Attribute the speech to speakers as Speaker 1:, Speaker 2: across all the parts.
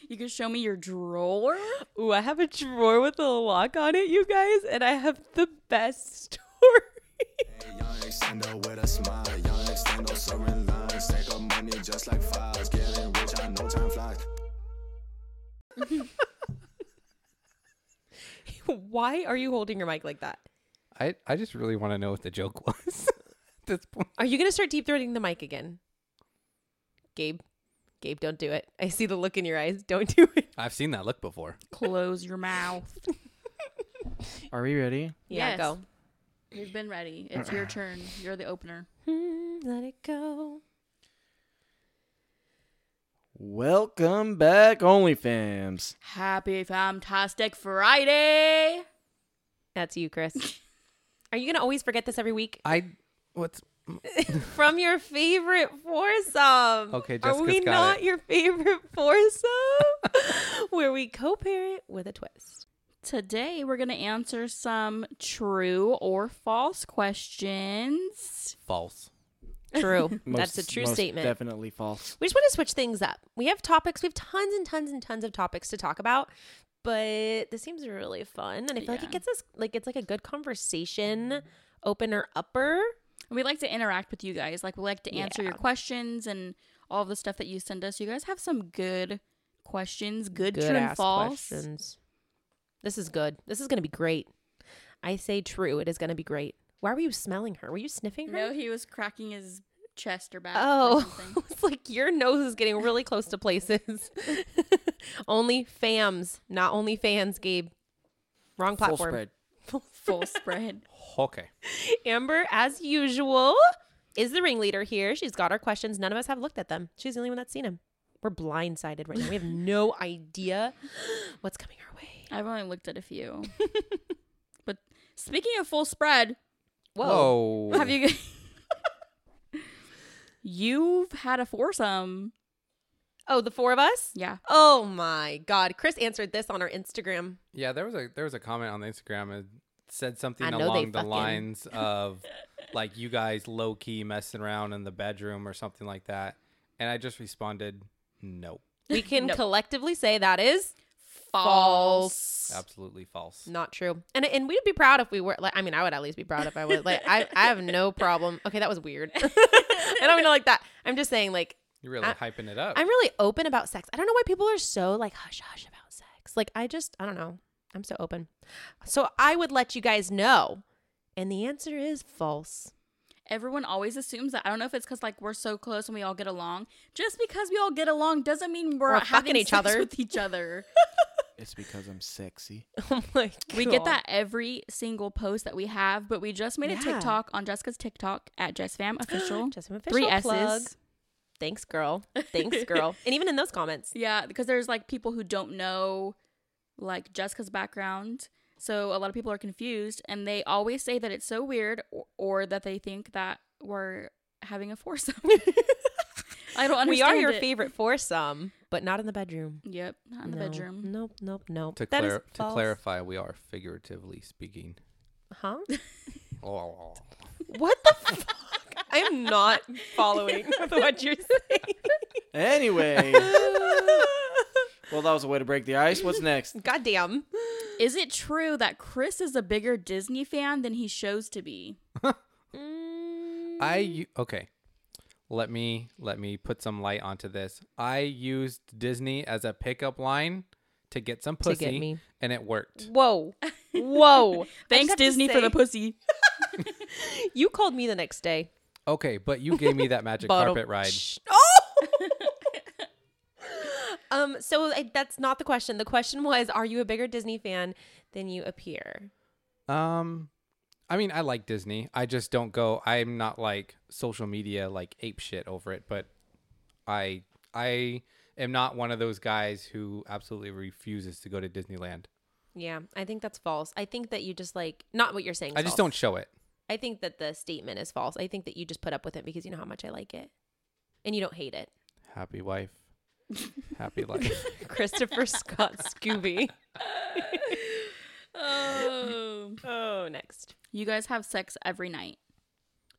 Speaker 1: You can show me your drawer.
Speaker 2: Ooh, I have a drawer with a lock on it, you guys, and I have the best story.
Speaker 3: Young extendo with a smile. Young extendo serving lines. Stack up money just like files. Getting rich, I know time flies.
Speaker 2: Why are you holding your mic like that?
Speaker 4: I, I just really want to know what the joke was at this point.
Speaker 2: Are you going to start deep throating the mic again? Gabe, Gabe, don't do it. I see the look in your eyes. Don't do it.
Speaker 4: I've seen that look before.
Speaker 1: Close your mouth.
Speaker 5: Are we ready?
Speaker 2: Yeah,
Speaker 1: Yes.
Speaker 2: go.
Speaker 1: You've been ready. It's your turn. You're the opener.
Speaker 2: Hmm, let it go.
Speaker 5: Welcome back, OnlyFams.
Speaker 1: Happy Fantastic Friday.
Speaker 2: That's you, Chris. Are you going to always forget this every week?
Speaker 4: I what's
Speaker 2: From your favorite foursome.
Speaker 4: Okay,
Speaker 2: Are
Speaker 4: Jessica's
Speaker 2: we
Speaker 4: got
Speaker 2: not
Speaker 4: it.
Speaker 2: your favorite foursome? Where we co parent with a twist.
Speaker 1: Today, we're going to answer some true or false questions.
Speaker 4: false?
Speaker 2: True.
Speaker 5: Most-
Speaker 2: That's a true
Speaker 5: most
Speaker 2: statement.
Speaker 5: Definitely false.
Speaker 2: We just want to switch things up. We have topics. We have tons and tons and tons of topics to talk about, but this seems really fun, and I feel like
Speaker 1: Yeah.
Speaker 2: it gets us like it's like a good conversation opener upper.
Speaker 1: And we like to interact with you guys. Like, we like to answer your
Speaker 2: Yeah.
Speaker 1: questions and all the stuff that you send us. You guys have some good questions, good,
Speaker 2: Good
Speaker 1: true and
Speaker 2: ass
Speaker 1: false.
Speaker 2: questions. This is good. This is going to be great. I say true. It is going to be great. Why were you smelling her? Were you sniffing her?
Speaker 1: No, he was cracking his chest or back. or
Speaker 2: Oh,
Speaker 1: something.
Speaker 2: it's like your nose is getting really close to places. only fams, not only fans, Gabe. Wrong platform.
Speaker 5: Full spread.
Speaker 1: full spread.
Speaker 4: Okay.
Speaker 2: Amber, as usual, is the ringleader here. She's got our questions. None of us have looked at them. She's the only one that's seen them. We're blindsided right now. We have no idea what's coming our way.
Speaker 1: I've only looked at a few. but speaking of full spread,
Speaker 2: Whoa.
Speaker 1: have you? You've had a foursome.
Speaker 2: Oh, the four of us?
Speaker 1: Yeah.
Speaker 2: Oh my God. Chris answered this on our Instagram.
Speaker 4: Yeah, there was a there was a comment on the Instagram that said
Speaker 2: I
Speaker 4: something
Speaker 2: know they
Speaker 4: along the
Speaker 2: fucking-
Speaker 4: lines of like you guys low key messing around in the bedroom or something like that, and I just responded, nope,
Speaker 2: We can
Speaker 1: Nope.
Speaker 2: collectively say that is
Speaker 1: False.
Speaker 4: absolutely false.
Speaker 2: not true. And and we'd be proud if we were like I mean, I would at least be proud if I was like I, I have no problem. Okay, that was weird. I don't mean it like that. I'm just saying like
Speaker 4: You're really
Speaker 2: I-
Speaker 4: hyping it up.
Speaker 2: I'm really open about sex. I don't know why people are so like hush hush about sex. Like I just I don't know. I'm so open. So I would let you guys know. And the answer is false.
Speaker 1: Everyone always assumes that. I don't know if it's because like we're so close and we all get along. Just because we all get along doesn't mean we're,
Speaker 2: We're
Speaker 1: having
Speaker 2: fucking each
Speaker 1: each other
Speaker 2: other.
Speaker 1: with each other.
Speaker 5: It's because I'm sexy.
Speaker 2: Oh my
Speaker 1: we get
Speaker 2: God.
Speaker 1: that every single post that we have. But we just made a
Speaker 2: Yeah.
Speaker 1: TikTok on Jessica's TikTok at JessFam official.
Speaker 2: Just an official
Speaker 1: Three S's.
Speaker 2: plug. Thanks, girl. Thanks, girl. and even in those comments.
Speaker 1: Yeah, because there's like people who don't know like Jessica's background. So a lot of people are confused and they always say that it's so weird or, or that they think that we're having a foursome. I don't understand.
Speaker 2: we are your
Speaker 1: it.
Speaker 2: favorite foursome, but not in the bedroom.
Speaker 1: Yep, not in the
Speaker 2: No.
Speaker 1: bedroom.
Speaker 2: Nope, nope, nope.
Speaker 4: to,
Speaker 2: That is
Speaker 4: clar- to
Speaker 2: false.
Speaker 4: clarify, we are figuratively speaking.
Speaker 2: Huh?
Speaker 4: Oh.
Speaker 2: What the fuck? I'm not following with what you're
Speaker 5: Anyway,
Speaker 2: saying.
Speaker 5: well, that was a way to break the ice. What's next?
Speaker 2: Goddamn.
Speaker 1: Is it true that Chris is a bigger Disney fan than he shows to be?
Speaker 4: I u- okay. Let me let me put some light onto this. I used Disney as a pickup line to get some
Speaker 2: To
Speaker 4: pussy,
Speaker 2: get me.
Speaker 4: and it worked.
Speaker 2: Whoa. Whoa.
Speaker 1: Thanks Disney for the pussy.
Speaker 2: You called me the next day.
Speaker 4: Okay, but you gave me that magic
Speaker 2: Bottle-
Speaker 4: carpet ride.
Speaker 2: Shh. Oh! um, so I, that's not the question. The question was Are you a bigger Disney fan than you appear?
Speaker 4: Um, I mean, I like Disney. I just don't go. I'm not like social media like ape shit over it. But I I am not one of those guys who absolutely refuses to go to Disneyland.
Speaker 2: Yeah, I think that's false. I think that you just like, not what you're saying.
Speaker 4: I
Speaker 2: is
Speaker 4: just
Speaker 2: false.
Speaker 4: don't show it.
Speaker 2: I think that the statement is false. I think that you just put up with it because you know how much I like it and you don't hate it.
Speaker 4: Happy wife, happy life.
Speaker 2: Christopher Scott Scooby.
Speaker 1: Oh.
Speaker 2: Oh, next.
Speaker 1: You guys have sex every night.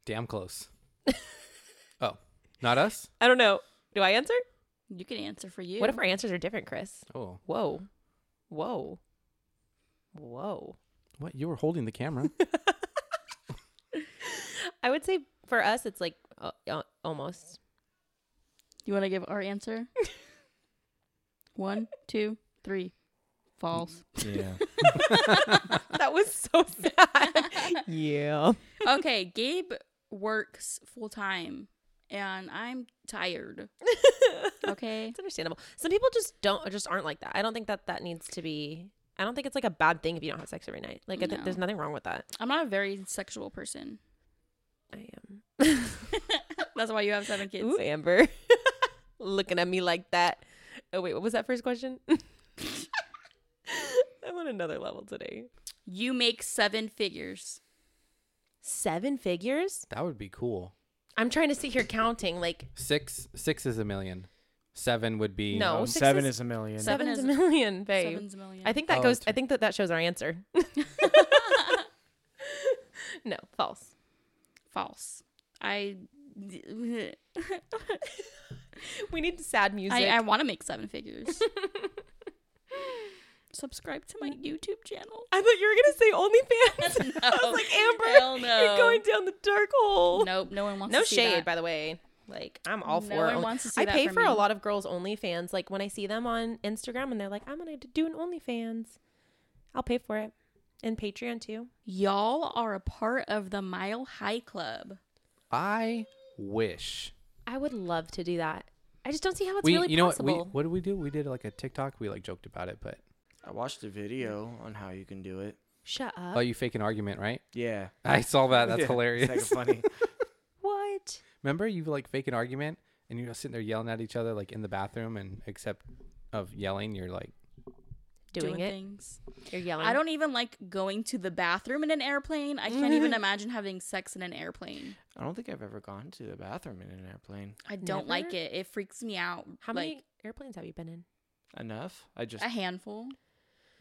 Speaker 4: Damn close. oh, not us.
Speaker 2: I don't know. Do I answer?
Speaker 1: You can answer for you.
Speaker 2: What if our answers are different, Chris?
Speaker 4: Oh,
Speaker 2: Whoa. Whoa. Whoa.
Speaker 4: what? You were holding the camera.
Speaker 2: I would say for us, it's like uh, uh, almost.
Speaker 1: you want to give our answer? One, two, three. False.
Speaker 4: yeah.
Speaker 2: that was so sad. yeah.
Speaker 1: okay, Gabe works full time, and I'm tired. Okay.
Speaker 2: It's understandable. Some people just don't, just aren't like that. I don't think that that needs to be. I don't think it's like a bad thing if you don't have sex every night. Like, I think
Speaker 1: No.
Speaker 2: there's nothing wrong with that.
Speaker 1: I'm not a very sexual person.
Speaker 2: I am.
Speaker 1: That's why you have seven kids.
Speaker 2: Ooh, Amber, looking at me like that. Oh wait, what was that first question? I'm on another level today.
Speaker 1: You make seven figures.
Speaker 2: Seven figures.
Speaker 4: That would be cool.
Speaker 2: I'm trying to sit here counting. Like
Speaker 4: Six six is a million. Seven would be
Speaker 2: no,
Speaker 5: Oh,
Speaker 2: six
Speaker 5: seven
Speaker 2: is,
Speaker 5: is a million.
Speaker 1: Seven
Speaker 2: seven's
Speaker 1: is-
Speaker 2: a million, babe.
Speaker 1: Seven's a million.
Speaker 2: I think that
Speaker 4: Oh,
Speaker 2: goes.
Speaker 4: two.
Speaker 2: I think that that shows our answer. no, false.
Speaker 1: false. I
Speaker 2: We need sad music.
Speaker 1: I, I want to make seven figures. Subscribe to my YouTube channel.
Speaker 2: I thought you were gonna say OnlyFans. I
Speaker 1: No.
Speaker 2: was like, Amber,
Speaker 1: Hell no.
Speaker 2: you're going down the dark hole.
Speaker 1: Nope, no one wants
Speaker 2: Oh, No
Speaker 1: to see
Speaker 2: shade,
Speaker 1: that.
Speaker 2: by the way. Like I'm all
Speaker 1: No
Speaker 2: for.
Speaker 1: one
Speaker 2: only-
Speaker 1: wants to see
Speaker 2: I
Speaker 1: that
Speaker 2: pay
Speaker 1: from
Speaker 2: for a
Speaker 1: me.
Speaker 2: lot of girls' OnlyFans. Like when I see them on Instagram and they're like, "I'm gonna do an OnlyFans," I'll pay for it, and Patreon too.
Speaker 1: Y'all are a part of the Mile High Club.
Speaker 4: I wish.
Speaker 2: I would love to do that. I just don't see how it's
Speaker 4: we
Speaker 2: really
Speaker 4: you know
Speaker 2: possible.
Speaker 4: what we what did we do? We did like a TikTok. We like joked about it, but
Speaker 5: I watched a video on how you can do it.
Speaker 2: Shut up.
Speaker 4: oh, you fake an argument, right?
Speaker 5: Yeah.
Speaker 4: I saw that. That's
Speaker 5: Yeah,
Speaker 4: hilarious.
Speaker 5: It's like funny.
Speaker 2: what?
Speaker 4: Remember, you like fake an argument and you're sitting there yelling at each other like in the bathroom, and except of yelling, you're like,
Speaker 2: Doing, it.
Speaker 1: things.
Speaker 2: You're yelling.
Speaker 1: I don't even like going to the bathroom in an airplane. I can't even imagine having sex in an airplane.
Speaker 5: I don't think I've ever gone to the bathroom in an airplane.
Speaker 1: I don't
Speaker 2: Never?
Speaker 1: like it. It freaks me out.
Speaker 2: How
Speaker 1: like,
Speaker 2: many airplanes have you been in?
Speaker 5: Enough. I just
Speaker 1: A handful.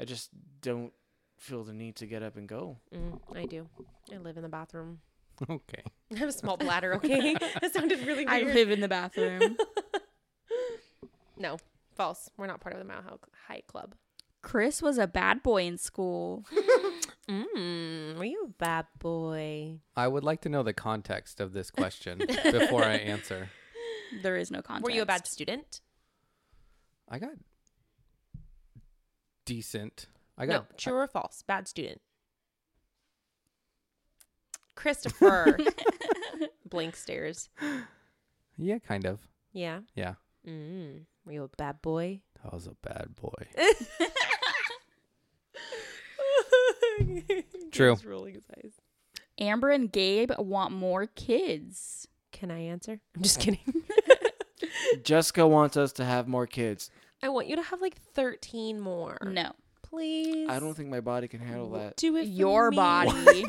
Speaker 5: I just don't feel the need to get up and go.
Speaker 2: Mm, I do. I live in the bathroom.
Speaker 4: okay.
Speaker 2: I have a small bladder. Okay, that sounded really
Speaker 1: I
Speaker 2: weird.
Speaker 1: live in the bathroom.
Speaker 2: no, false. We're not part of the Mile High- High Club.
Speaker 1: Chris was a bad boy in school.
Speaker 2: Mm, were you a bad boy?
Speaker 4: I would like to know the context of this question before I answer.
Speaker 1: There is no context.
Speaker 2: Were you a bad student?
Speaker 4: I got decent. I
Speaker 2: no,
Speaker 4: got
Speaker 2: true or false? Bad student. Christopher. Blank stares.
Speaker 4: yeah, kind of.
Speaker 2: Yeah.
Speaker 4: Yeah,
Speaker 2: Mm. Were you a bad boy?
Speaker 4: I was a bad boy. True.
Speaker 2: He's rolling his eyes.
Speaker 1: Amber and Gabe want more kids.
Speaker 2: Can I answer? I'm just kidding.
Speaker 5: Jessica wants us to have more kids.
Speaker 2: I want you to have like 13 more.
Speaker 1: No.
Speaker 2: Please.
Speaker 5: I don't think my body can handle that.
Speaker 2: do it. for
Speaker 1: Your
Speaker 2: me.
Speaker 1: body.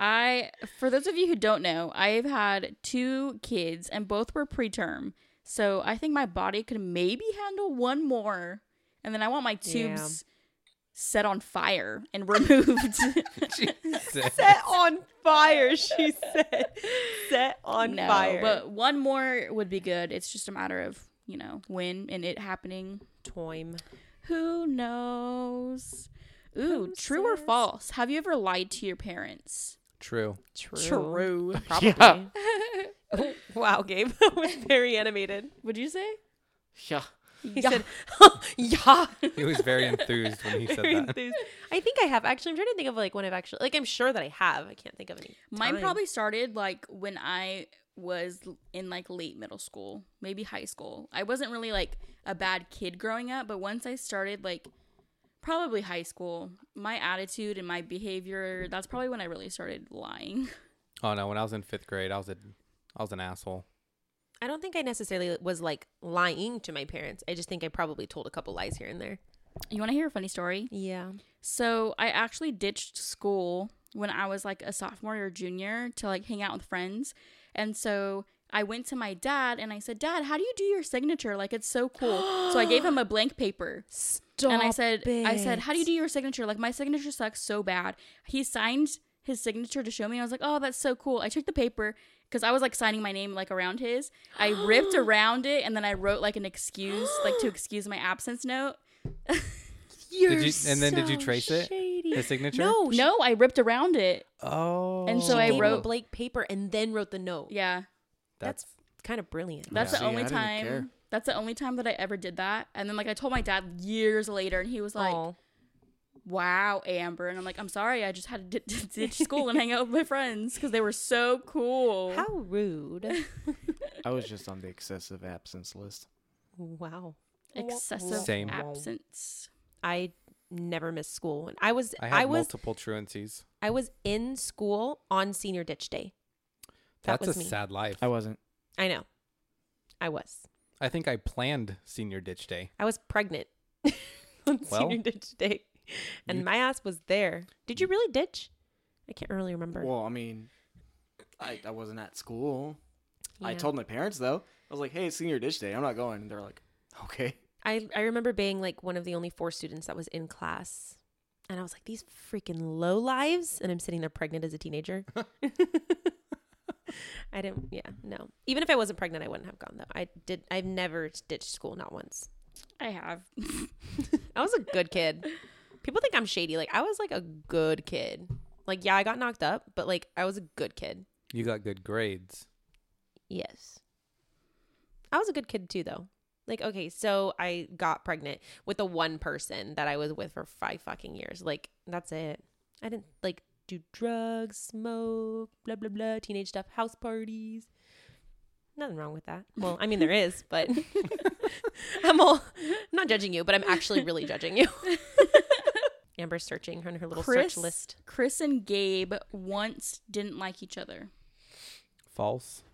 Speaker 1: I for those of you who don't know, I've had two kids and both were preterm. So I think my body could maybe handle one more. And then I want my
Speaker 2: Yeah.
Speaker 1: tubes set on fire and removed.
Speaker 4: Jesus.
Speaker 2: Set on fire, she said. Set on
Speaker 1: no,
Speaker 2: fire.
Speaker 1: But one more would be good. It's just a matter of, you know, when and it happening.
Speaker 2: Toim.
Speaker 1: Who knows? Ooh,
Speaker 2: Who
Speaker 1: true or
Speaker 2: says?
Speaker 1: false? Have you ever lied to your parents?
Speaker 4: True.
Speaker 2: True.
Speaker 1: True.
Speaker 2: Probably. Oh, wow, Gabe. That was very animated.
Speaker 1: Would you say?
Speaker 5: Yeah.
Speaker 2: He
Speaker 1: Yeah.
Speaker 2: said, yeah.
Speaker 4: He was very enthused when he said
Speaker 2: Very
Speaker 4: that.
Speaker 2: enthused. I think I have. Actually, I'm trying to think of like when I've actually, like, I'm sure that I have. I can't think of any.
Speaker 1: Mine
Speaker 2: time.
Speaker 1: probably started like when I was l- in like late middle school, maybe high school. I wasn't really like a bad kid growing up, but once I started like probably high school, my attitude and my behavior, that's probably when I really started lying.
Speaker 4: Oh no, when I was in fifth grade, I was a, I was an asshole.
Speaker 2: I don't think I necessarily was like lying to my parents. I just think I probably told a couple lies here and there.
Speaker 1: You want to hear a funny story?
Speaker 2: Yeah.
Speaker 1: So I actually ditched school when I was like a sophomore or junior to like hang out with friends. And so I went to my dad and I said, Dad, how do you do your signature? Like it's so cool. so I gave him a blank paper.
Speaker 2: Stop.
Speaker 1: and I said, I said, how do you do your signature? Like my signature sucks so bad. He signed his signature to show me. And I was like, oh, that's so cool. I took the paper because I was like signing my name like around his. I ripped around it and then I wrote like an excuse, like to excuse my absence note.
Speaker 2: You're
Speaker 4: you- and then did you
Speaker 2: so
Speaker 4: trace it?
Speaker 2: shady.
Speaker 4: His signature?
Speaker 2: No, she
Speaker 1: No, I ripped around it.
Speaker 4: Oh.
Speaker 1: And so
Speaker 2: gave
Speaker 1: I
Speaker 2: him
Speaker 1: wrote-
Speaker 2: Blake paper and then wrote the note.
Speaker 1: Yeah,
Speaker 2: That's,
Speaker 4: That's-
Speaker 2: kind of brilliant.
Speaker 1: that's
Speaker 5: Yeah.
Speaker 1: the
Speaker 5: See,
Speaker 1: only
Speaker 5: I didn't care.
Speaker 1: time. That's the only time that I ever did that. And then like I told my dad years later, and he was like,
Speaker 2: Aw.
Speaker 1: "Wow, Amber." And I'm like, "I'm sorry, I just had to d- d- ditch school and hang out with my friends because they were so cool."
Speaker 2: how rude.
Speaker 5: I was just on the excessive absence list.
Speaker 2: wow.
Speaker 1: Excessive
Speaker 4: Same.
Speaker 1: absence.
Speaker 2: I never missed school. And I was
Speaker 4: I
Speaker 2: I,
Speaker 4: had
Speaker 2: was
Speaker 4: multiple truancies.
Speaker 2: I was in school on senior ditch day. That
Speaker 4: That's
Speaker 2: was
Speaker 4: a
Speaker 2: me.
Speaker 4: sad life.
Speaker 5: I wasn't.
Speaker 2: I know. I was.
Speaker 4: I think I planned senior ditch day.
Speaker 2: I was pregnant on
Speaker 4: Well,
Speaker 2: senior ditch day, and my ass was there. Did you really ditch? I can't really remember.
Speaker 5: Well, I mean, I, I wasn't at school. I
Speaker 2: Yeah.
Speaker 5: told my parents though. I was like, "Hey, it's senior ditch day. I'm not going." And they're like, "Okay."
Speaker 2: I I remember being like one of the only four students that was in class, and I was like, these freaking low lives, and I'm sitting there pregnant as a teenager. I didn't. Yeah, no. Even if I wasn't pregnant, I wouldn't have gone though. I did. I've never ditched school, not once.
Speaker 1: I have.
Speaker 2: I was a good kid. People think I'm shady. Like I was like a good kid. Like yeah, I got knocked up, but like I was a good kid.
Speaker 4: You got good grades.
Speaker 2: Yes. I was a good kid too, though. Like, okay, so I got pregnant with the one person that I was with for five fucking years. Like, that's it. I didn't like do drugs, smoke, blah, blah, blah, teenage stuff, house parties. Nothing wrong with that. Well, I mean, there is, but I'm all I'm not judging you, but I'm actually really judging you. Amber's searching on her little
Speaker 1: Chris,
Speaker 2: search list.
Speaker 1: Chris and Gabe once didn't like each other.
Speaker 4: False.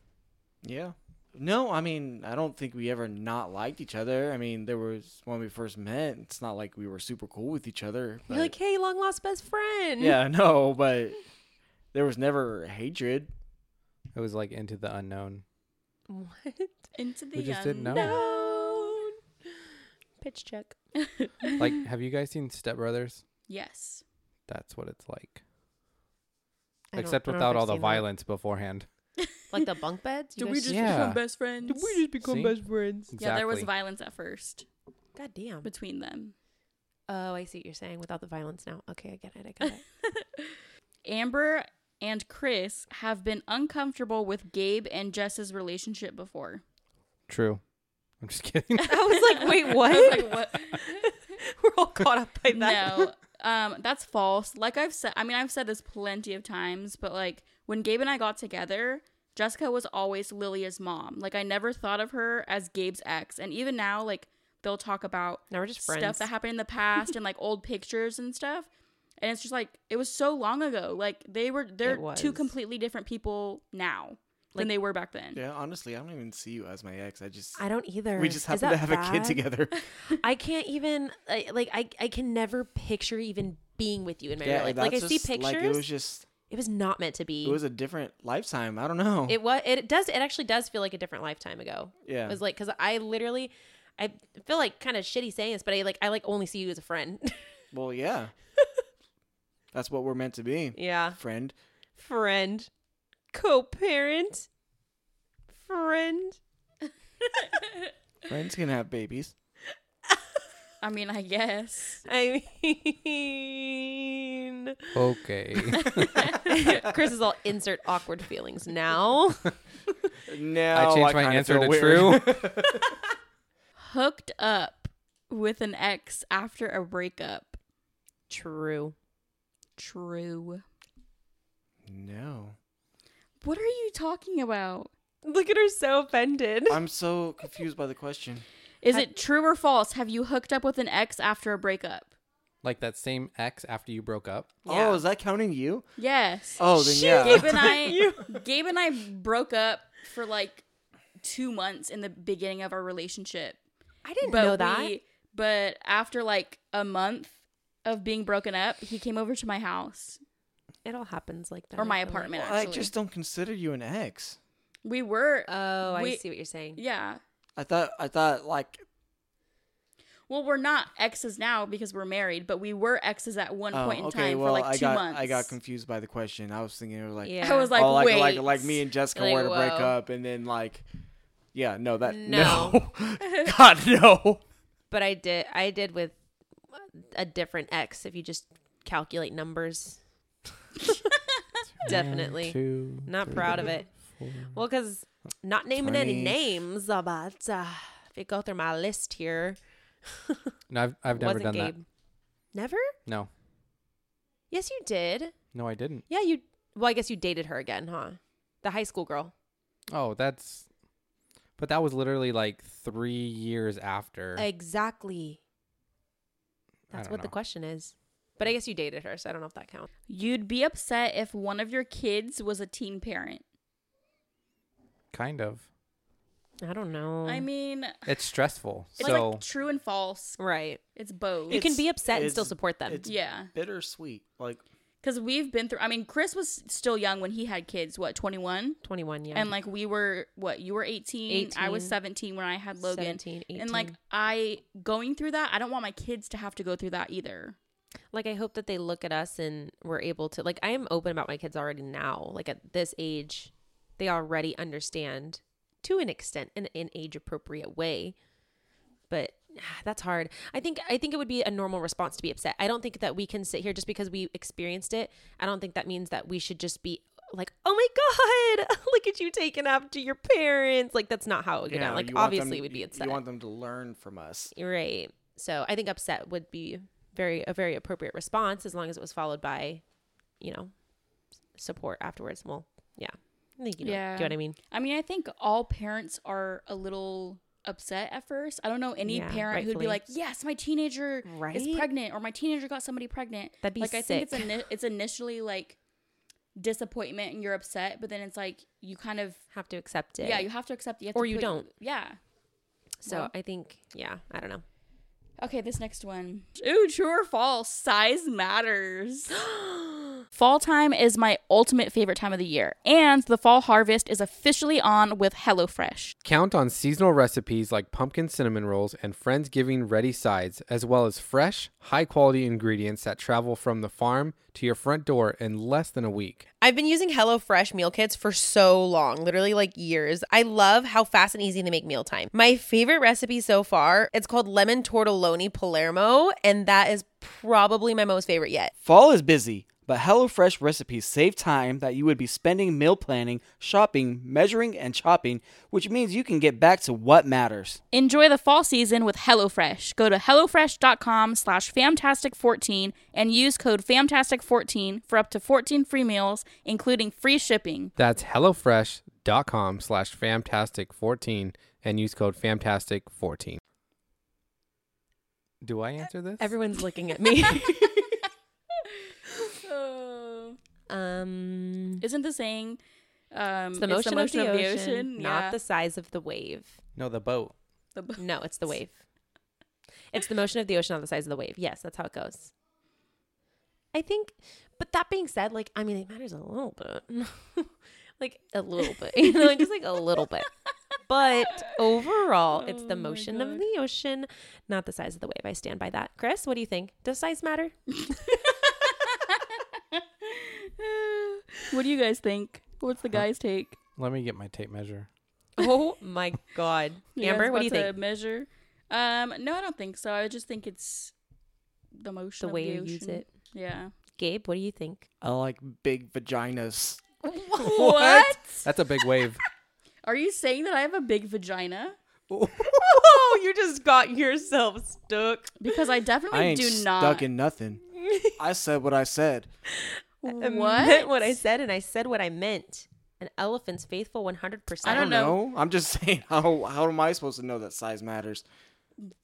Speaker 5: Yeah. No, I mean, I don't think we ever not liked each other. I mean, there was when we first met. It's not like we were super cool with each other.
Speaker 2: You're like,
Speaker 5: but-
Speaker 2: hey, long lost best friend.
Speaker 5: yeah, no, but there was never hatred.
Speaker 4: It was like into the unknown.
Speaker 2: What?
Speaker 1: Into the
Speaker 4: We just didn't know.
Speaker 1: unknown.
Speaker 2: down. Pitch check.
Speaker 4: Like, have you guys seen Step Brothers?
Speaker 1: Yes.
Speaker 4: That's what it's like.
Speaker 2: I don't-
Speaker 4: Except
Speaker 2: I don't know if
Speaker 4: without
Speaker 2: I've
Speaker 4: all the
Speaker 2: seen that.
Speaker 4: violence beforehand.
Speaker 2: Like the bunk beds? You
Speaker 1: Did we
Speaker 2: guys-
Speaker 1: just
Speaker 4: Yeah.
Speaker 1: become best friends?
Speaker 4: become See? best
Speaker 2: friends?
Speaker 4: Exactly.
Speaker 1: Yeah, there was violence at first
Speaker 2: God damn.
Speaker 1: between them.
Speaker 2: Oh, I see what you're saying. Without the violence now. Okay, I get it. I get it.
Speaker 1: Amber and Chris have been uncomfortable with Gabe and Jess's relationship before.
Speaker 4: True. I'm just kidding.
Speaker 2: I was like, wait, what?
Speaker 1: I was like, what?
Speaker 2: We're all caught up by that.
Speaker 1: no, um, that's false. Like I've said, I mean, I've said this plenty of times, but like when Gabe and I got together, Jessica was always Lilia's mom. Like I never thought of her as Gabe's ex, and even now, like they'll talk about
Speaker 2: Now we're just friends.
Speaker 1: stuff that happened in the past and like old pictures and stuff. And it's just like it was so long ago. Like they were they're two
Speaker 2: was.
Speaker 1: completely different people now
Speaker 2: Like-
Speaker 1: than they were back then.
Speaker 5: Yeah, honestly, I don't even see you as my ex. I just
Speaker 2: I don't either.
Speaker 5: we just
Speaker 2: Is
Speaker 5: happen to
Speaker 2: that
Speaker 5: have a
Speaker 2: bad?
Speaker 5: kid together.
Speaker 2: I can't even, I, like, I, I can never picture even being with you in my real life. Like, I
Speaker 5: that's
Speaker 2: see
Speaker 5: just-
Speaker 2: pictures.
Speaker 5: Like it was just
Speaker 2: not meant to be.
Speaker 5: it was a different lifetime. I don't know.
Speaker 2: It was. It does. It actually does feel like a different lifetime ago.
Speaker 5: Yeah.
Speaker 2: It was like because I literally, I feel like kind of shitty saying this, but I like I like only see you as a friend.
Speaker 5: well, yeah. That's what we're meant to be.
Speaker 2: yeah.
Speaker 5: Friend.
Speaker 2: Friend, co-parent, friend.
Speaker 5: Friends can have babies.
Speaker 1: I mean, I guess.
Speaker 2: I mean,
Speaker 4: okay.
Speaker 2: Chris is all insert awkward feelings now.
Speaker 5: No,
Speaker 4: I changed my
Speaker 5: kinda
Speaker 4: answer
Speaker 5: feel
Speaker 4: to
Speaker 5: weird.
Speaker 4: true.
Speaker 1: Hooked up with an ex after a breakup.
Speaker 2: True.
Speaker 1: True.
Speaker 5: no.
Speaker 1: What are you talking about?
Speaker 2: Look at her so offended.
Speaker 5: I'm so confused by the question.
Speaker 1: Is it true or false? Have you hooked up with an ex after a breakup?
Speaker 4: like that same ex after you broke up.
Speaker 5: Oh, is that counting you?
Speaker 1: Yes.
Speaker 5: Oh, then
Speaker 1: Gabe
Speaker 5: yeah.
Speaker 1: and I Gabe and I broke up for like 2 months in the beginning of our relationship.
Speaker 2: I didn't
Speaker 1: but
Speaker 2: know that.
Speaker 1: we but after like a month of being broken up he came over to my house
Speaker 2: it all happens like that.
Speaker 1: or my
Speaker 2: I feel like.
Speaker 1: apartment
Speaker 5: I
Speaker 1: actually
Speaker 5: just don't consider you an ex.
Speaker 1: we were
Speaker 2: Oh, I
Speaker 1: We-
Speaker 2: see what you're saying.
Speaker 1: yeah
Speaker 5: I thought I thought like
Speaker 1: Well, we're not exes now because we're married, but we were exes at one
Speaker 5: Oh,
Speaker 1: point in
Speaker 5: okay,
Speaker 1: time
Speaker 5: well,
Speaker 1: for like
Speaker 5: I
Speaker 1: two
Speaker 5: got
Speaker 1: months.
Speaker 5: I got confused by the question. I was thinking it was like
Speaker 2: Yeah.
Speaker 1: I was like,
Speaker 5: oh, like
Speaker 1: wait,
Speaker 5: like like me and Jessica
Speaker 2: Like,
Speaker 5: were to break
Speaker 2: whoa.
Speaker 5: up, and then like, yeah, no, that
Speaker 2: No.
Speaker 5: God no.
Speaker 2: But I did. I did with a different X. If you just calculate numbers, definitely
Speaker 4: Two,
Speaker 2: not proud of it. Well, because not naming any
Speaker 5: Twenty.
Speaker 2: names, but uh, if you go through my list here,
Speaker 4: No, I've, I've never
Speaker 2: wasn't
Speaker 4: done
Speaker 2: Gabe.
Speaker 4: that.
Speaker 2: Never?
Speaker 4: No,
Speaker 2: Yes, you did.
Speaker 4: no, I didn't.
Speaker 2: Yeah, you. Well, I guess you dated her again, huh? The high school girl.
Speaker 4: Oh, that's. But that was literally like three years after.
Speaker 2: Exactly.
Speaker 4: I
Speaker 2: That's
Speaker 4: don't
Speaker 2: what the
Speaker 4: know.
Speaker 2: question is. But I guess you dated her, so I don't know if that counts.
Speaker 1: You'd be upset if one of your kids was a teen parent.
Speaker 4: Kind of.
Speaker 2: I don't know.
Speaker 1: I mean,
Speaker 4: It's stressful.
Speaker 1: it's
Speaker 4: so
Speaker 1: like true and false.
Speaker 2: right.
Speaker 1: It's both.
Speaker 2: You can be
Speaker 5: It's-
Speaker 2: upset and still
Speaker 5: it's-
Speaker 2: support them.
Speaker 5: it's-
Speaker 1: yeah,
Speaker 5: Bittersweet, like
Speaker 1: because we've been through. I mean, Chris was still young when he had kids. What twenty one?
Speaker 2: 21, yeah.
Speaker 1: And like we were, what you were 18, I was
Speaker 2: 18.
Speaker 1: seventeen when I had Logan.
Speaker 2: 17,
Speaker 1: And like
Speaker 2: 18.
Speaker 1: I going through that, I don't want my kids to have to go through that either.
Speaker 2: like I hope that they look at us and we're able to like I am open about my kids already now. Like at this age, they already understand to an extent in an age appropriate way. But ah, that's hard. I think I think it would be a normal response to be upset. I don't think that we can sit here just because we experienced it. I don't think that means that we should just be like, "Oh my god, look at you taking after your parents." Like that's not how it would go
Speaker 5: yeah,
Speaker 2: down. Like
Speaker 5: you want
Speaker 2: obviously
Speaker 5: them,
Speaker 2: we'd be
Speaker 5: you-
Speaker 2: upset.
Speaker 5: You want them to learn from us.
Speaker 2: You're right. So I think upset would be very a very appropriate response as long as it was followed by, you know, s- support afterwards. Well, yeah. I think you know,
Speaker 1: Yeah.
Speaker 2: do what I mean?
Speaker 1: I mean, I think all parents are a little upset at first. I don't know any
Speaker 2: Yeah,
Speaker 1: parent who'd
Speaker 2: rightfully.
Speaker 1: be like, "Yes, my teenager
Speaker 2: Right?
Speaker 1: is pregnant," or "My teenager got somebody pregnant."
Speaker 2: That'd be
Speaker 1: like I think it's
Speaker 2: sick.
Speaker 1: ini- it's initially like disappointment and you're upset, but then it's like you kind of
Speaker 2: Have to accept it.
Speaker 1: yeah, you have to accept. You have
Speaker 2: Or
Speaker 1: to
Speaker 2: you
Speaker 1: put-
Speaker 2: don't.
Speaker 1: Yeah.
Speaker 2: so
Speaker 1: well.
Speaker 2: I think yeah, I don't know.
Speaker 1: Okay, this next one. Ooh, true or false? Size matters. fall time is my ultimate favorite time of the year, and the fall harvest is officially on with HelloFresh.
Speaker 4: Count on seasonal recipes like pumpkin cinnamon rolls and Friendsgiving ready sides, as well as fresh, high quality ingredients that travel from the farm to your front door in less than a week.
Speaker 6: I've been using HelloFresh meal kits for so long, literally like years. I love how fast and easy they make mealtime. My favorite recipe so far, it's called lemon tortelloni Palermo, and that is probably my most favorite yet.
Speaker 5: Fall is busy, but HelloFresh recipes save time that you would be spending meal planning, shopping, measuring, and chopping, which means you can get back to what matters.
Speaker 1: Enjoy the fall season with HelloFresh. Go to HelloFresh.com slash Fantastic14 and use code Fantastic14 for up to 14 free meals, including free shipping.
Speaker 4: That's HelloFresh.com slash Fantastic14 and use code Fantastic14. Do I answer this?
Speaker 2: Everyone's looking at me. Oh. um
Speaker 1: Isn't the saying, um,
Speaker 2: it's the motion, of, the ocean, not the size of the wave.
Speaker 4: no, the boat.
Speaker 1: the, the
Speaker 2: No, it's the wave. It's the motion of the ocean, not the size of the wave. Yes, that's how it goes. I think, but that being said, like, I mean, it matters a little bit. like, a little bit. You know, just like a little bit. But overall, it's the
Speaker 1: Oh my
Speaker 2: motion of
Speaker 1: God.
Speaker 2: the ocean, not the size of the wave. I stand by that. Chris, what do you think? Does size matter?
Speaker 1: what do you guys think? What's the guys' take?
Speaker 4: Let me get my tape measure.
Speaker 2: Oh my God.
Speaker 1: You
Speaker 2: Amber,
Speaker 1: guys
Speaker 2: what do you
Speaker 1: about to
Speaker 2: think?
Speaker 1: Measure? Um, no, I don't think so. I just think it's the motion.
Speaker 2: The
Speaker 1: of
Speaker 2: way
Speaker 1: the
Speaker 2: you use
Speaker 1: ocean.
Speaker 2: it.
Speaker 1: Yeah.
Speaker 2: Gabe, what do you think?
Speaker 5: I like big vaginas.
Speaker 1: What?
Speaker 4: That's a big wave.
Speaker 1: Are you saying that I have a big vagina?
Speaker 2: Oh, you just got yourself stuck.
Speaker 1: Because I definitely
Speaker 5: I ain't
Speaker 1: do not.
Speaker 5: stuck in nothing. I said what I said.
Speaker 2: I
Speaker 1: what?
Speaker 2: meant what I said, and I said what I meant. An elephant's faithful 100%.
Speaker 1: I don't know.
Speaker 5: I'm just saying how how am I supposed to know that size matters?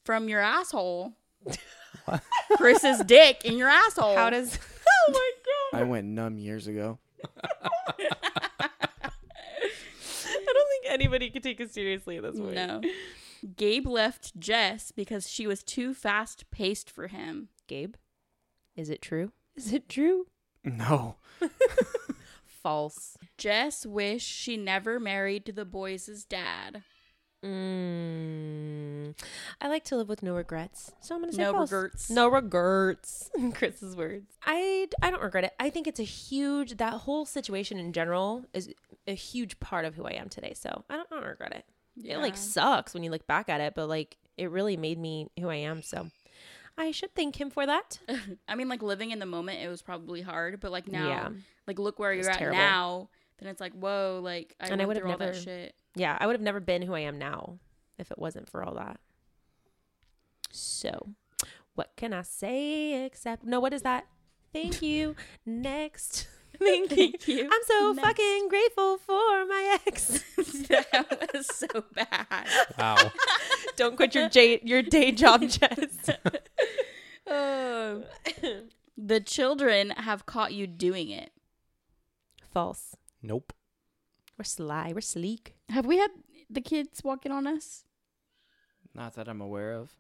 Speaker 1: From your asshole. Chris's dick in your asshole.
Speaker 2: How does. oh my God.
Speaker 5: I went numb years ago.
Speaker 2: I don't think anybody could take us seriously at this point.
Speaker 1: No. Gabe left Jess because she was too fast paced for him.
Speaker 2: Gabe, is it true? Is it true?
Speaker 5: No.
Speaker 2: False.
Speaker 1: Jess wished she never married the boys' dad.
Speaker 2: Mm, I like to live with no regrets, so I'm gonna say
Speaker 1: No
Speaker 2: false.
Speaker 1: regrets.
Speaker 2: No regrets. Chris's words. I I don't regret it. I think it's a huge. That whole situation in general is a huge part of who I am today. So I don't, I don't regret it. It like
Speaker 1: Yeah.
Speaker 2: sucks when you look back at it, but like it really made me who I am. So I should thank him for that.
Speaker 1: I mean, like living in the moment, it was probably hard, but like now,
Speaker 2: Yeah.
Speaker 1: like look where
Speaker 2: was
Speaker 1: you're at
Speaker 2: terrible.
Speaker 1: now. Then it's like, whoa, like I
Speaker 2: And I
Speaker 1: went
Speaker 2: would've
Speaker 1: through all that
Speaker 2: never-
Speaker 1: shit.
Speaker 2: yeah, I would have never been who I am now if it wasn't for all that. So, what can I say except no? What is that? Thank you. Next. Thank you.
Speaker 1: Thank you.
Speaker 2: I'm so
Speaker 1: Next.
Speaker 2: fucking grateful for my ex.
Speaker 1: that was so bad.
Speaker 4: Wow.
Speaker 2: Don't quit your j- your day job, Jess.
Speaker 1: Oh. the children have caught you doing it.
Speaker 2: False.
Speaker 4: nope.
Speaker 2: We're sly. We're sleek.
Speaker 1: Have we had the kids walking on us?
Speaker 5: Not that I'm aware of.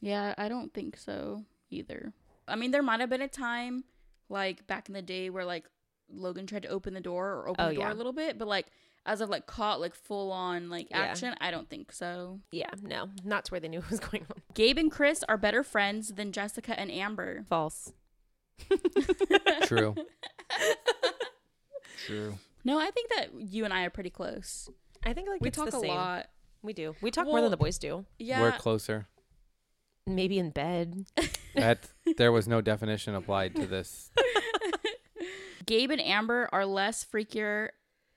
Speaker 1: Yeah, I don't think so either. I mean, there might have been a time, like back in the day, where like Logan tried to open the door or open
Speaker 2: Oh,
Speaker 1: the door
Speaker 2: yeah.
Speaker 1: a little bit, but like as of like caught like full on like
Speaker 2: Yeah.
Speaker 1: action, I don't think so.
Speaker 2: Yeah. No. Not to where they knew what was going on.
Speaker 1: Gabe and Chris are better friends than Jessica and Amber.
Speaker 2: False.
Speaker 4: True. True.
Speaker 1: No, I think that you and I are pretty close.
Speaker 2: I think like
Speaker 1: We
Speaker 2: it's
Speaker 1: talk
Speaker 2: the
Speaker 1: a
Speaker 2: same.
Speaker 1: lot.
Speaker 2: We do. We talk more
Speaker 1: Well-
Speaker 2: than the boys do.
Speaker 1: Yeah.
Speaker 4: We're closer.
Speaker 2: Maybe in bed.
Speaker 4: That there was no definition applied to this.
Speaker 1: Gabe and Amber are less freakier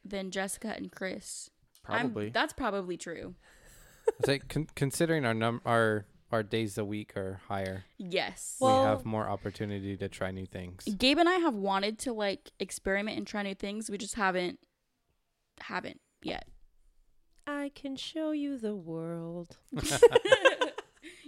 Speaker 1: than Jessica and Chris. I'm-
Speaker 5: Probably.
Speaker 1: that's probably true.
Speaker 4: It's like con- considering our num our our days a week are higher,
Speaker 1: Yes.
Speaker 4: we
Speaker 2: Well-
Speaker 4: have more opportunity to try new things.
Speaker 1: Gabe and I have wanted to like experiment and try new things. We just haven't haven't yet.
Speaker 2: I can show you the world.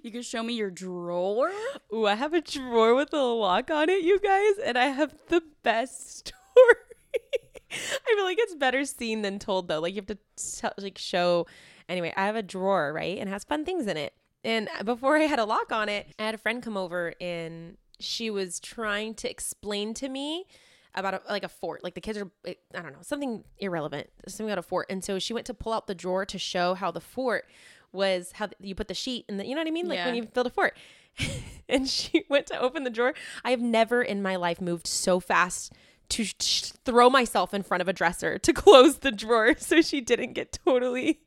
Speaker 1: You can show me your drawer.
Speaker 2: Ooh, I have a drawer with a lock on it, you guys, and I have the best story. I feel like it's better seen than told, though. Like you have to tell, like show. Anyway, I have a drawer, right, and it has fun things in it. And before I had a lock on it, I had a friend come over, and she was trying to explain to me about a, like a fort. Like the kids are, eh, I don't know, something irrelevant, something about a fort. And so she went to pull out the drawer to show how the fort was, how you put the sheet, and the, you know what I mean, like when
Speaker 1: Yeah.
Speaker 2: you build a fort. and she went to open the drawer. I have never in my life moved so fast to sh- sh- throw myself in front of a dresser to close the drawer so she didn't get totally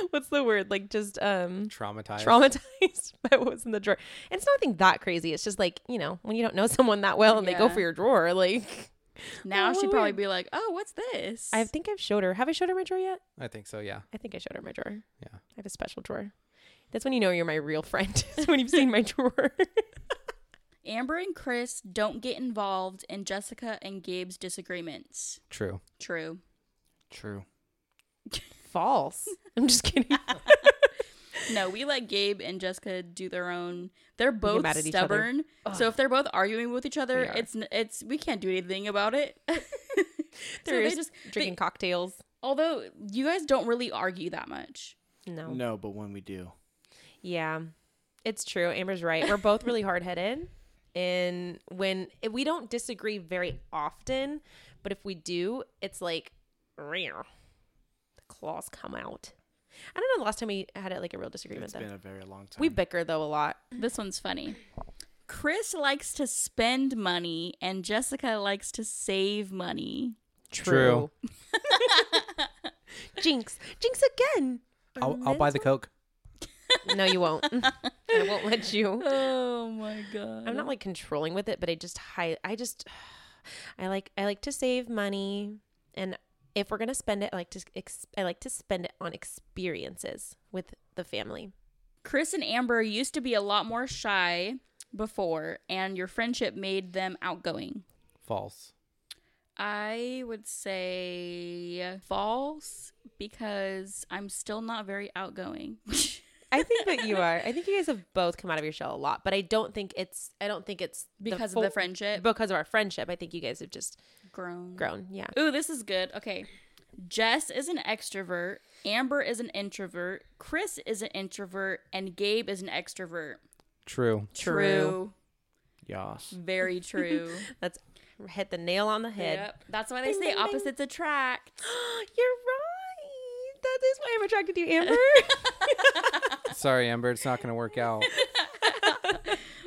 Speaker 2: what's the word like just um
Speaker 4: Traumatized.
Speaker 2: traumatized by what was in the drawer. And it's nothing that crazy. It's just like, you know, when you don't know someone that well and they go
Speaker 1: Yeah.
Speaker 2: for your drawer, like
Speaker 1: Now
Speaker 2: Oh,
Speaker 1: she'd
Speaker 2: weird.
Speaker 1: probably be like, "Oh, what's this?"
Speaker 2: I think I've showed her. Have I showed her my drawer yet?
Speaker 4: I think so. Yeah.
Speaker 2: I think I showed her my drawer.
Speaker 4: Yeah.
Speaker 2: I have a special drawer. That's when you know you're my real friend. is when you've seen my drawer.
Speaker 1: Amber and Chris don't get involved in Jessica and Gabe's disagreements.
Speaker 4: True.
Speaker 1: True.
Speaker 5: True.
Speaker 2: False. I'm just kidding.
Speaker 1: No, we let Gabe and Jessica do their own. They're both
Speaker 2: mad at each other.
Speaker 1: stubborn, so if they're both arguing with each other,
Speaker 2: They are.
Speaker 1: it's n- it's we can't do anything about it. so
Speaker 2: They're
Speaker 1: they
Speaker 2: just
Speaker 1: just
Speaker 2: drinking
Speaker 1: they-
Speaker 2: cocktails.
Speaker 1: although you guys don't really argue that much.
Speaker 2: No.
Speaker 5: No, but when we do,
Speaker 2: Yeah, it's true. Amber's right. We're both really hard headed. And when eh, we don't disagree very often, but if we do, it's like, "Rear." the claws come out. I don't know the last time we had like a real disagreement.
Speaker 5: it's
Speaker 2: Though.
Speaker 5: been a very long time.
Speaker 2: We bicker though a lot.
Speaker 1: This one's funny. Chris likes to spend money and Jessica likes to save money.
Speaker 4: True.
Speaker 2: Jinx. Jinx again.
Speaker 4: I'll, I'll buy the coke.
Speaker 2: No, you won't. I won't let you.
Speaker 1: Oh my god.
Speaker 2: I'm not like controlling with it, but I just high I just I like I like to save money and if we're going to spend it I like to ex- I like to spend it on experiences with the family.
Speaker 1: Chris and Amber used to be a lot more shy before and your friendship made them outgoing.
Speaker 4: False.
Speaker 1: I would say false because I'm still not very outgoing.
Speaker 2: I think that you are. I think you guys have both come out of your shell a lot, but I don't think it's I don't think it's the
Speaker 1: because of the
Speaker 2: full-
Speaker 1: friendship
Speaker 2: because of our friendship. I think you guys have just
Speaker 1: grown.
Speaker 2: grown. Yeah.
Speaker 1: Ooh, this is good. Okay. Jess is an extrovert, Amber is an introvert, Chris is an introvert, and Gabe is an extrovert.
Speaker 4: True.
Speaker 1: True.
Speaker 5: Yas.
Speaker 1: Very true.
Speaker 2: That's hit the nail on the head.
Speaker 1: Yep. That's why they say opposites attract.
Speaker 2: You're right. this why I'm attracted to you, Amber.
Speaker 4: Sorry, Amber, it's not going to work out.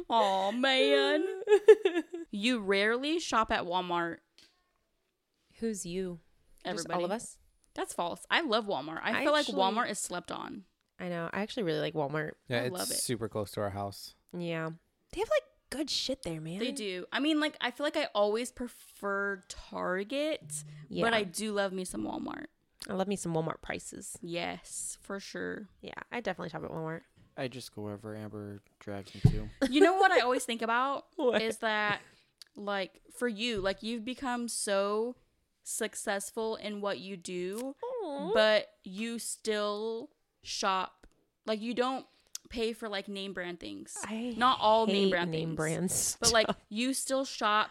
Speaker 1: Oh man. you rarely shop at Walmart.
Speaker 2: Who's you?
Speaker 1: Everybody.
Speaker 2: Just all of us.
Speaker 1: That's false. I love Walmart. I,
Speaker 2: I
Speaker 1: feel
Speaker 2: actually-
Speaker 1: like Walmart is slept on.
Speaker 2: I know. I actually really like Walmart.
Speaker 4: Yeah,
Speaker 1: I
Speaker 4: it's
Speaker 1: love it.
Speaker 4: super close to our house.
Speaker 2: Yeah, they have like good shit there, man.
Speaker 1: They do. I mean, like I feel like I always prefer Target,
Speaker 2: Yeah.
Speaker 1: but I do love me some Walmart.
Speaker 2: I love me some Walmart prices.
Speaker 1: Yes, for sure.
Speaker 2: Yeah, I definitely shop at Walmart.
Speaker 5: I just go wherever Amber drags me to.
Speaker 1: You know what I always think about
Speaker 2: What?
Speaker 1: is that like for you, like you've become so successful in what you do, but you still shop. Like you don't pay for like name brand things.
Speaker 2: I
Speaker 1: Not all
Speaker 2: hate
Speaker 1: name brand
Speaker 2: name
Speaker 1: things.
Speaker 2: brands,
Speaker 1: But like you still shop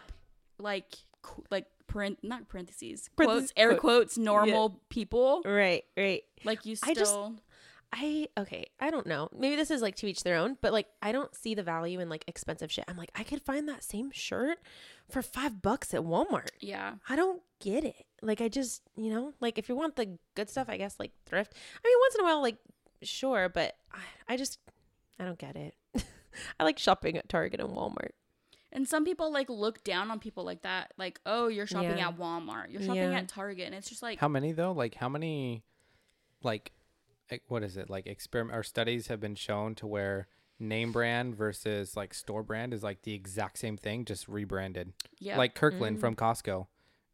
Speaker 1: like qu- like parent not parentheses,
Speaker 2: Parentheses,
Speaker 1: quotes air
Speaker 2: quote.
Speaker 1: quotes normal people.
Speaker 2: right, right.
Speaker 1: Like you
Speaker 2: I
Speaker 1: still
Speaker 2: just- I okay, I don't know. Maybe this is like to each their own, but like I don't see the value in like expensive shit. I'm like I could find that same shirt for 5 bucks at Walmart.
Speaker 1: yeah.
Speaker 2: I don't get it. Like I just, you know, like if you want the good stuff, I guess like thrift. I mean, once in a while like sure, but I, I just I don't get it. I like shopping at Target and Walmart.
Speaker 1: And some people like look down on people like that, like, oh, you're shopping
Speaker 2: Yeah.
Speaker 1: at Walmart, you're shopping
Speaker 2: Yeah.
Speaker 1: at Target, and it's just like,
Speaker 4: How many though? Like how many like e- what is it? Like experiment or studies have been shown to where name brand versus like store brand is like the exact same thing just rebranded.
Speaker 1: yeah,
Speaker 4: Like Kirkland
Speaker 2: Mm-hmm.
Speaker 4: from Costco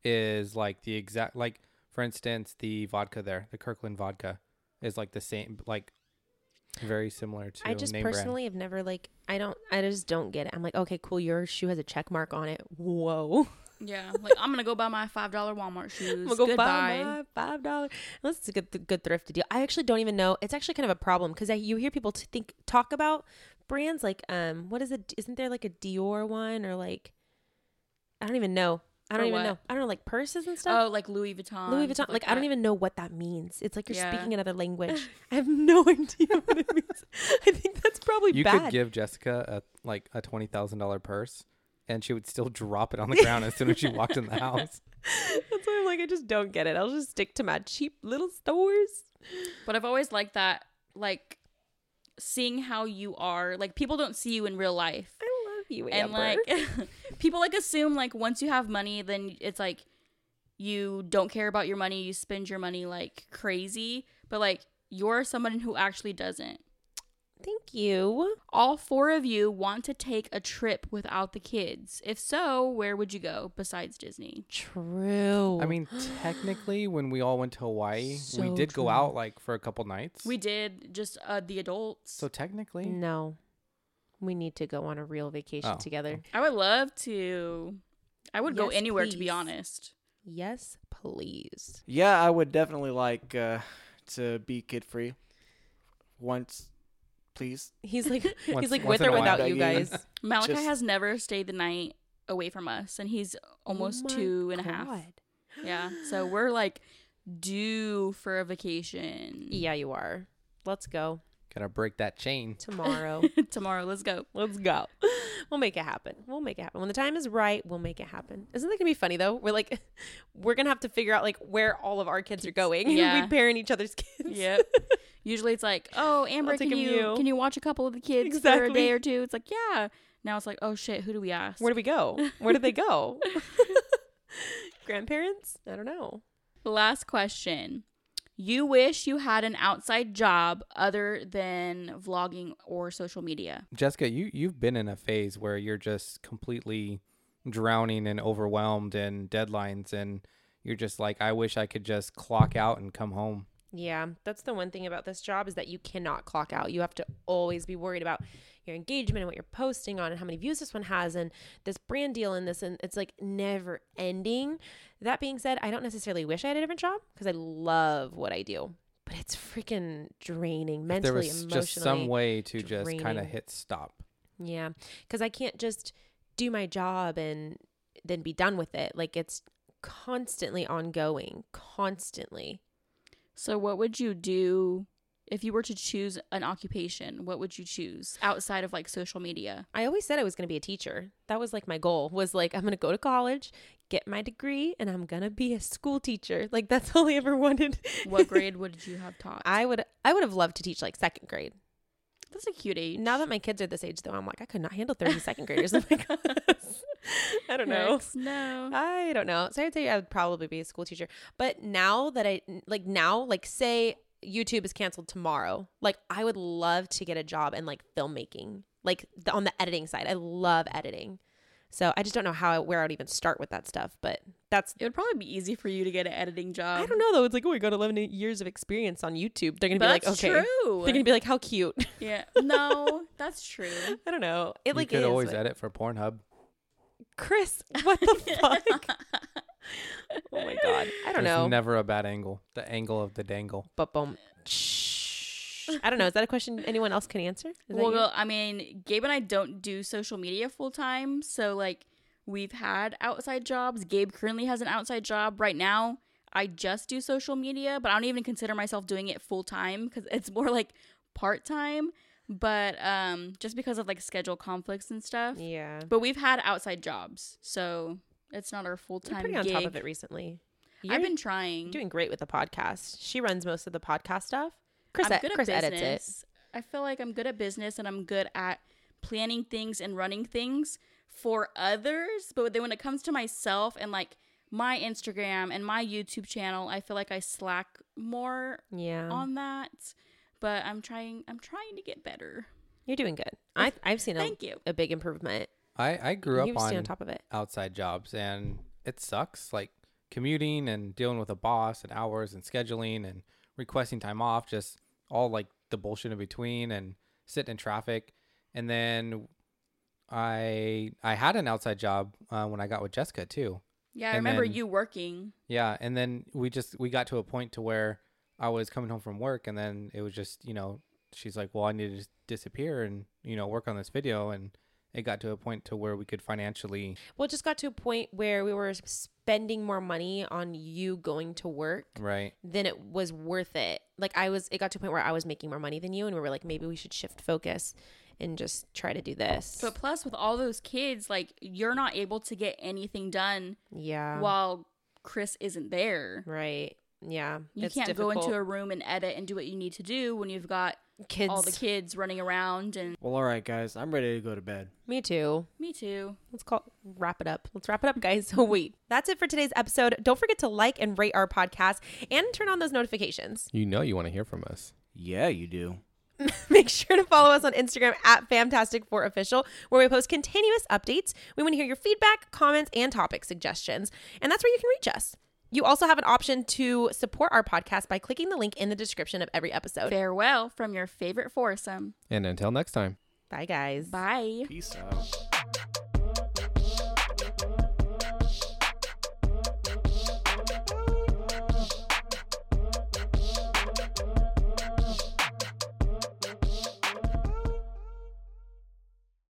Speaker 4: is like the exact like for instance the vodka there, the Kirkland vodka is like the same like very similar to
Speaker 2: I just
Speaker 4: name
Speaker 2: personally have never like I don't I just don't get it. I'm like, okay, cool, your shoe has a check mark on it. Whoa.
Speaker 1: yeah, like I'm gonna go buy my five dollar Walmart shoes.
Speaker 2: I'm gonna go
Speaker 1: Goodbye.
Speaker 2: buy my five dollar. Unless it's a good good thrifty deal. I actually don't even know. It's actually kind of a problem because you hear people t- think talk about brands like um what is it? Isn't there like a Dior one or like I don't even know. I
Speaker 1: For
Speaker 2: don't even
Speaker 1: what?
Speaker 2: know. I don't know like purses and stuff.
Speaker 1: Oh, like Louis Vuitton.
Speaker 2: Louis Vuitton.
Speaker 1: stuff
Speaker 2: Like, I don't
Speaker 1: that.
Speaker 2: even know what that means. It's like you're
Speaker 1: Yeah.
Speaker 2: speaking another language. I have no idea what it means. I think that's probably
Speaker 4: You
Speaker 2: bad.
Speaker 4: could give Jessica a like a twenty thousand dollar purse, and she would still drop it on the ground as soon as she walked in the house.
Speaker 2: That's why I'm like, I just don't get it. I'll just stick to my cheap little stores.
Speaker 1: But I've always liked that, like seeing how you are. Like people don't see you in real life,
Speaker 2: I love you,
Speaker 1: and
Speaker 2: Amber.
Speaker 1: like people like assume like once you have money, then it's like you don't care about your money, you spend your money like crazy. But like you're someone who actually doesn't.
Speaker 2: thank you.
Speaker 1: All four of you want to take a trip without the kids. If so, where would you go besides Disney?
Speaker 2: True.
Speaker 4: I mean, technically, when we all went to Hawaii, we
Speaker 2: So
Speaker 4: did
Speaker 2: true.
Speaker 4: go out like for a couple nights.
Speaker 1: We did just uh, the adults.
Speaker 4: so technically,
Speaker 2: no. We need to go on a real vacation
Speaker 4: Oh,
Speaker 2: together.
Speaker 1: I would love to. I would go
Speaker 2: Yes,
Speaker 1: anywhere to be
Speaker 2: please.
Speaker 1: honest.
Speaker 2: Yes, please.
Speaker 5: Yeah, I would definitely like uh, to be kid free. Once, please.
Speaker 2: He's like
Speaker 4: Once-
Speaker 2: he's like
Speaker 4: once
Speaker 2: with
Speaker 4: in
Speaker 2: or
Speaker 4: a while.
Speaker 2: without you
Speaker 5: Begging.
Speaker 2: guys.
Speaker 1: Malachi
Speaker 5: Just-
Speaker 1: has never stayed the night away from us, and he's almost two and a half. Yeah, so we're like due for a vacation.
Speaker 2: Yeah, you are. Let's go
Speaker 4: gotta break that chain.
Speaker 2: tomorrow.
Speaker 1: Tomorrow, let's go.
Speaker 2: Let's go. We'll make it happen. We'll make it happen. When the time is right, we'll make it happen. Isn't that gonna be funny though? We're like, we're gonna have to figure out like where all of our kids are going.
Speaker 1: Yeah.
Speaker 2: we parent each other's kids.
Speaker 1: Yep. Usually it's like, oh, Amber,
Speaker 2: I'll take
Speaker 1: can
Speaker 2: him
Speaker 1: you,
Speaker 2: you.
Speaker 1: can you watch a couple of the kids for a
Speaker 2: Exactly.
Speaker 1: day or two? It's like, yeah. Now it's like, oh shit, who do we ask?
Speaker 2: Where do we go? Where do they go? Grandparents? I don't know.
Speaker 1: Last question. You wish you had an outside job other than vlogging or social media.
Speaker 4: Jessica, you you've been in a phase where you're just completely drowning and overwhelmed and deadlines, and you're just like, I wish I could just clock out and come home.
Speaker 2: Yeah, that's the one thing about this job is that you cannot clock out. You have to always be worried about your engagement and what you're posting on and how many views this one has and this brand deal and this and it's like never ending. That being said, I don't necessarily wish I had a different job because I love what I do, but it's freaking draining
Speaker 4: If there
Speaker 2: mentally,
Speaker 4: was
Speaker 2: emotionally.
Speaker 4: just some way to just kind
Speaker 2: draining.
Speaker 4: of hit stop.
Speaker 2: Yeah, because I can't just do my job and then be done with it. Like it's constantly ongoing, constantly.
Speaker 1: So what would you do if you were to choose an occupation, what would you choose outside of like social media?
Speaker 2: I always said I was going to be a teacher. That was like my goal was like I'm going to go to college, get my degree, and I'm going to be a school teacher. Like that's all I ever wanted.
Speaker 1: What grade would you have taught?
Speaker 2: I would I would have loved to teach like second grade.
Speaker 1: That's a cute age.
Speaker 2: Now that my kids are this age though, I'm like I could not handle 30 second graders in my class. I don't know. Uh,
Speaker 1: Hex, No.
Speaker 2: I don't know. So I'd say I would probably be a school teacher. But now that I like now, like say YouTube is canceled tomorrow, like I would love to get a job in like filmmaking, like the, on the editing side. I love editing. So I just don't know how I, where I would even start with that stuff. But that's
Speaker 1: It would probably be easy for you to get an editing job.
Speaker 2: I don't know though. It's like oh, I got 11 years of experience on YouTube. They're gonna be
Speaker 1: But
Speaker 2: like
Speaker 1: that's
Speaker 2: okay.
Speaker 1: true. Mm-hmm.
Speaker 2: They're gonna be like how cute.
Speaker 1: yeah. No, that's true.
Speaker 2: I don't know. It like
Speaker 4: you
Speaker 2: is,
Speaker 4: could always
Speaker 2: but-
Speaker 4: edit for Pornhub.
Speaker 2: Chris, what the fuck? Oh my god. I don't
Speaker 4: There's
Speaker 2: know.
Speaker 4: never a bad angle. The angle of the dangle.
Speaker 2: But boom. I don't know. Is that a question anyone else can answer? Is that
Speaker 1: well,
Speaker 2: you?
Speaker 1: well, I mean, Gabe and I don't do social media full time, so like we've had outside jobs. Gabe currently has an outside job right now. I just do social media, but I don't even consider myself doing it full time cuz it's more like part time, but um just because of like schedule conflicts and stuff.
Speaker 2: yeah.
Speaker 1: But we've had outside jobs, so it's not our full
Speaker 2: You're
Speaker 1: time
Speaker 2: pretty
Speaker 1: gig.
Speaker 2: on top of it recently. You're
Speaker 1: I've been trying.
Speaker 2: doing great with the podcast. She runs most of the podcast stuff. Chris, ed- Chris edits it.
Speaker 1: I feel like I'm good at business and I'm good at planning things and running things for others. But then when it comes to myself and like my Instagram and my YouTube channel, I feel like I slack more
Speaker 2: Yeah.
Speaker 1: on that. But I'm trying. I'm trying to get better.
Speaker 2: You're doing good. I I've seen a,
Speaker 1: Thank you.
Speaker 2: a big improvement.
Speaker 4: I I grew up
Speaker 2: You've
Speaker 4: on,
Speaker 2: stayed on top of it.
Speaker 4: outside jobs, and it sucks. Like commuting and dealing with a boss and hours and scheduling and requesting time off, just all like the bullshit in between and sitting in traffic. And then I I had an outside job uh, when I got with Jessica too.
Speaker 1: Yeah, I
Speaker 4: And
Speaker 1: remember
Speaker 4: then-
Speaker 1: you working.
Speaker 4: Yeah, and then we just we got to a point to where I was coming home from work, and then it was just you know she's like, well, I need to just disappear and you know work on this video, and it got to a point to where we could financially
Speaker 2: Well, it just got to a point where we were spending more money on you going to work
Speaker 4: right
Speaker 2: then it was worth it. Like I was, it got to a point where I was making more money than you, and we were like, maybe we should shift focus and just try to do this.
Speaker 1: But plus, with all those kids, like you're not able to get anything done
Speaker 2: yeah,
Speaker 1: while Chris isn't there.
Speaker 2: right, yeah,
Speaker 1: You can't go into a room and edit and do what you need to do when you've got
Speaker 2: a kids.
Speaker 1: all the kids running around and
Speaker 5: Well, all right, guys, I'm ready to go to bed.
Speaker 2: Me too.
Speaker 1: me too.
Speaker 2: Let's call wrap it up. Let's wrap it up, guys. So wait, that's it for today's episode. Don't forget to like and rate our podcast and turn on those notifications.
Speaker 7: You know you want to hear from us.
Speaker 5: Yeah, you do.
Speaker 2: Make sure to follow us on Instagram at Fantastic4Official, where we post continuous updates. We want to hear your feedback, comments, and topic suggestions. And that's where you can reach us. You also have an option to support our podcast by clicking the link in the description of every episode.
Speaker 1: Farewell from your favorite foursome.
Speaker 7: And until next time.
Speaker 2: Bye, guys.
Speaker 1: Bye.
Speaker 5: Peace out.